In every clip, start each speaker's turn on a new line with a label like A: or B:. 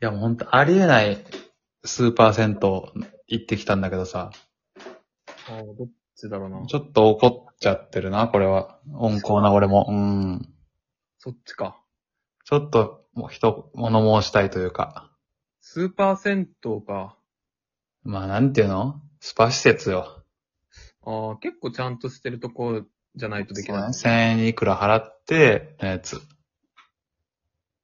A: や、もうほんと、ありえないスーパー銭湯行ってきたんだけどさ、
B: ああ、どっちだろうな。
A: ちょっと怒っちゃってるな、これは。温厚な俺も。うん。
B: そっちか。
A: ちょっと、もう人、物申したいというか。
B: スーパー銭湯か。
A: まあ、なんていうのスパ施設よ。
B: ああ、結構ちゃんとしてるとこじゃないとでき
A: そうね
B: ない。
A: 1000円いくら払って、のやつ。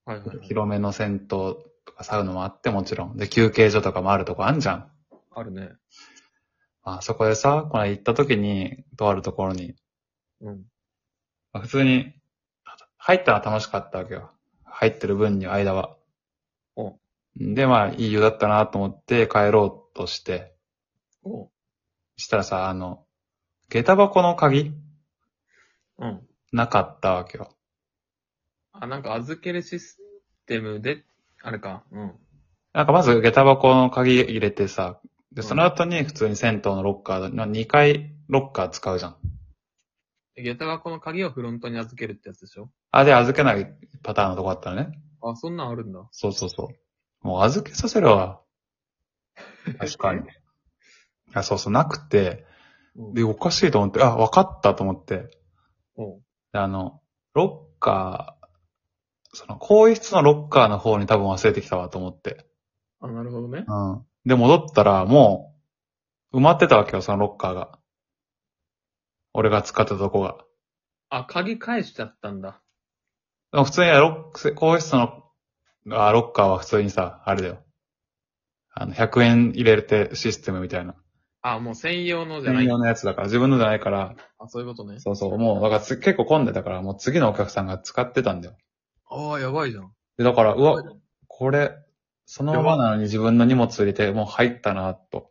B: はいはいはい。
A: 広めの銭湯とかサウナもあってもちろん。で、休憩所とかもあるとこあんじゃん。
B: あるね。
A: あそこでさ、この間行った時に、とあるところに、
B: うん。
A: まあ普通に、入ったら楽しかったわけよ。入ってる分に間は。
B: お
A: で、まあ、いい湯だったなと思って帰ろうとして、
B: おう。
A: したらさ、あの、下駄箱の鍵
B: うん。
A: なかったわけよ。
B: あ、なんか預けるシステムで、あれか。うん。
A: なんかまず下駄箱の鍵入れてさ、で、
B: うん
A: その後に普通に銭湯のロッカー、2回ロッカー使うじゃん。
B: 下駄箱の鍵をフロントに預けるってやつでしょ
A: あ、で、預けないパターンのとこあったのね。
B: あ、そんなんあるんだ。
A: そうそうそう。もう預けさせろ わ。確かに。あ、そうそう、なくて、
B: うん
A: で、おかしいと思って、あ、わかったと思って、
B: おう
A: であの、ロッカー、その、更衣室のロッカーの方に多分忘れてきたわと思って。
B: あ、なるほどね。
A: うん。で、戻ったら、もう、埋まってたわけよ、そのロッカーが。俺が使ってたとこが。
B: あ、鍵返しちゃったんだ。
A: でも普通にロック、更衣室の、あロッカーは普通にさ、あれだよ。あの、100円入れてシステムみたいな。
B: あ、もう専用のじゃな
A: 専
B: い。
A: 用のやつだから、自分のじゃないから、
B: あ、そういうことね。
A: そうそう、もう、だからつ結構混んでたから、もう次のお客さんが使ってたんだよ。
B: ああ、やばいじゃん。
A: で、だから、う
B: やば
A: わ
B: い、じゃん
A: これ、そのままなのに自分の荷物入れて、もう入ったな、と。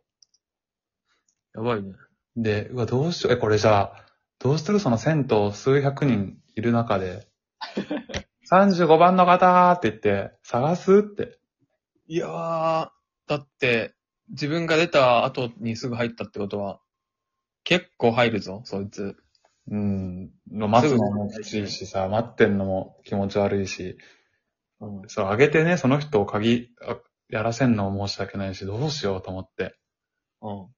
B: やばいね。
A: で、うわ、どうしよう、え、これじゃあ、どうするその銭湯数百人いる中で、35番の方って言って、探すって。
B: いやー、だって、自分が出た後にすぐ入ったってことは、結構入るぞ、そいつ。
A: うん。の待つのもきついしさ、待ってんのも気持ち悪いし、
B: うん。
A: そう、あげてね、その人を鍵、あやらせんのも申し訳ないし、どうしようと思って。
B: う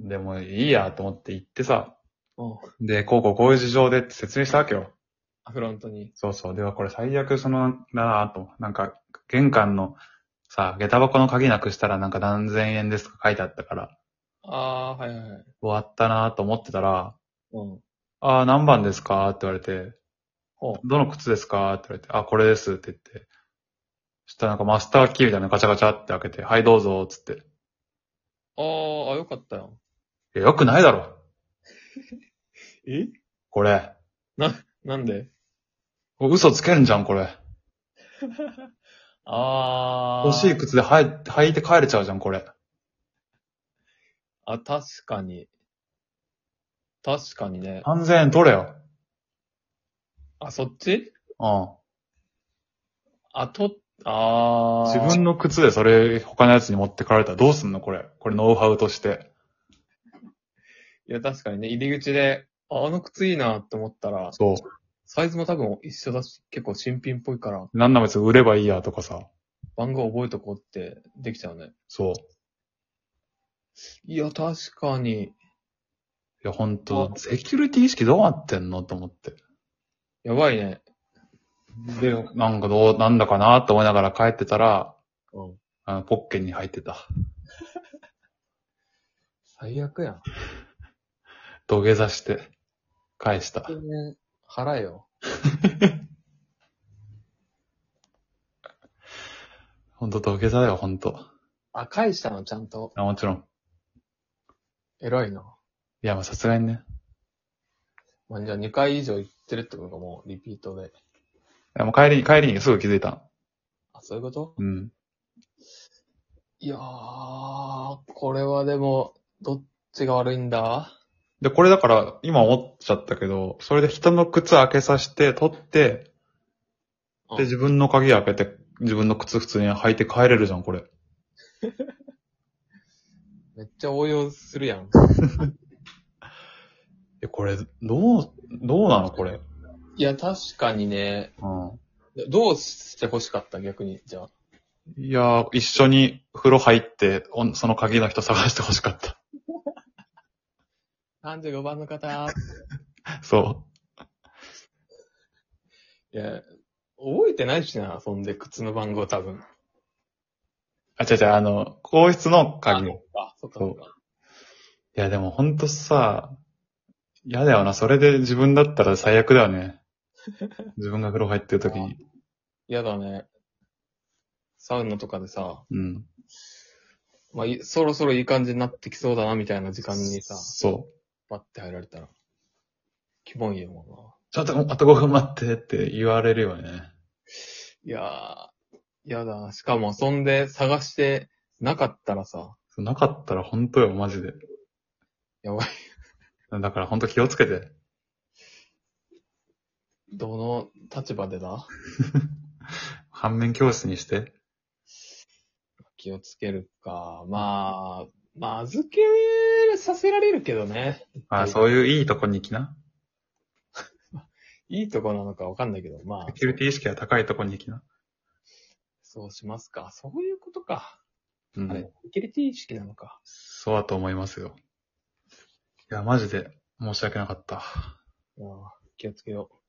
B: ん。
A: でもいいやと思って行ってさ、
B: うん。
A: で、こうこうこういう事情でって説明したわけよ。
B: あフロントに。
A: そうそう。ではこれ最悪その、だなぁと。なんか、玄関のさ、下駄箱の鍵なくしたらなんか何千円ですか書いてあったから、
B: あー、はいはいは
A: 終
B: い。
A: わったなぁと思ってたら、
B: うん。
A: あー何番ですかって言われて、
B: ほう。
A: どの靴ですかって言われて、あ、これですって言って。そしたらなんかマスターキーみたいなのガチャガチャって開けて、はいどうぞっつって。
B: あー、あ、よかったよ。
A: いや、よくないだろ
B: え
A: これ。
B: なんで
A: 嘘つけんじゃん、これ。
B: あー。
A: 欲しい靴で履い履いて帰れちゃうじゃん、これ。
B: あ、確かに。確かにね。
A: 3000円取れよ。
B: あ、そっち
A: う
B: あ、と、あ
A: ん。
B: ー。
A: 自分の靴でそれ他のやつに持ってかれたらどうすんのこれ。これノウハウとして。
B: いや、確かにね、入り口で、あ、あの靴いいなって思ったら、
A: そ
B: サイズも多分一緒だし、結構新品っぽいから、
A: う。なんなら別に売ればいいやとかさ。
B: 番号覚えとこうってできちゃうね。
A: そう。い
B: いや、確かに。
A: や、ほんと
B: あ、
A: セキュリティ意識どうなってんのと思って。
B: やばいね。
A: で、なんかどう、なんだかなと思いながら帰ってたら、
B: うん。
A: あの、ポッケに入ってた。
B: 最悪やん。
A: 土下座して、返した。
B: 払えよ。
A: ほんと土下座だよ、ほんと。
B: あ、返したの、ちゃんと。
A: あもちろん。
B: 偉いな。
A: いや、まあさすがにね。
B: まあ、じゃあ2回以上行ってるってことか、もう、リピート
A: い
B: で。
A: や、もう帰りに、帰りにすぐ気づいた
B: あ、そういうこと
A: の。うん。
B: いやー、これはでも、どっちが悪いんだ
A: で、これだから、今思っちゃったけど、それで人の靴開けさせて、取って、
B: うん
A: で、自分の鍵開けて、自分の靴普通に履いて帰れるじゃん、これ。
B: めっちゃ応用するやん。
A: え、これ、どう、どうなの、これ。
B: いや、確かにね、
A: うん。
B: どうして欲しかった逆に、じゃあ。
A: いやー、一緒に風呂入って、おその鍵の人探してほしかった。
B: 35番の方。
A: そ
B: いや、覚えてないしな、そんで、靴の番号多分。
A: う。あ、違う違う、あの、皇室の鍵。い
B: あ、そっかそっか。
A: や、でもほんとさ、嫌だよな。それで自分だったら最悪だよ ね。自分が風呂入ってる時に。
B: 嫌だね。サウナとかでさ、
A: うん。
B: まあ、いそろそろいい感じになってきそうだな、みたいな時間にさ、
A: そう。
B: バッて入られたら。気分いいもんな。
A: ちょっと、あと5分待ってって言われるよね。
B: いやー、嫌だ。しかも、そんで探してなかったらさ、
A: そうなかったらほんとよ、マジで。
B: やばい。
A: だからほんと気をつけて。
B: どの立場でだ
A: 反面教師にして。
B: 気をつけるか。まあ、まあ、預けさせられるけどね。
A: あ、そういういいとこに行きな。
B: いいとこなのかわかんないけど、まあ
A: セ、キュリティ意識が高いとこに行きな。
B: そうしますか。そういうことか。
A: うん。
B: あれ、セキュリティ意識なのか。
A: そうだと思いますよ。いや、マジで申し訳なかった。
B: いや気をつけよう。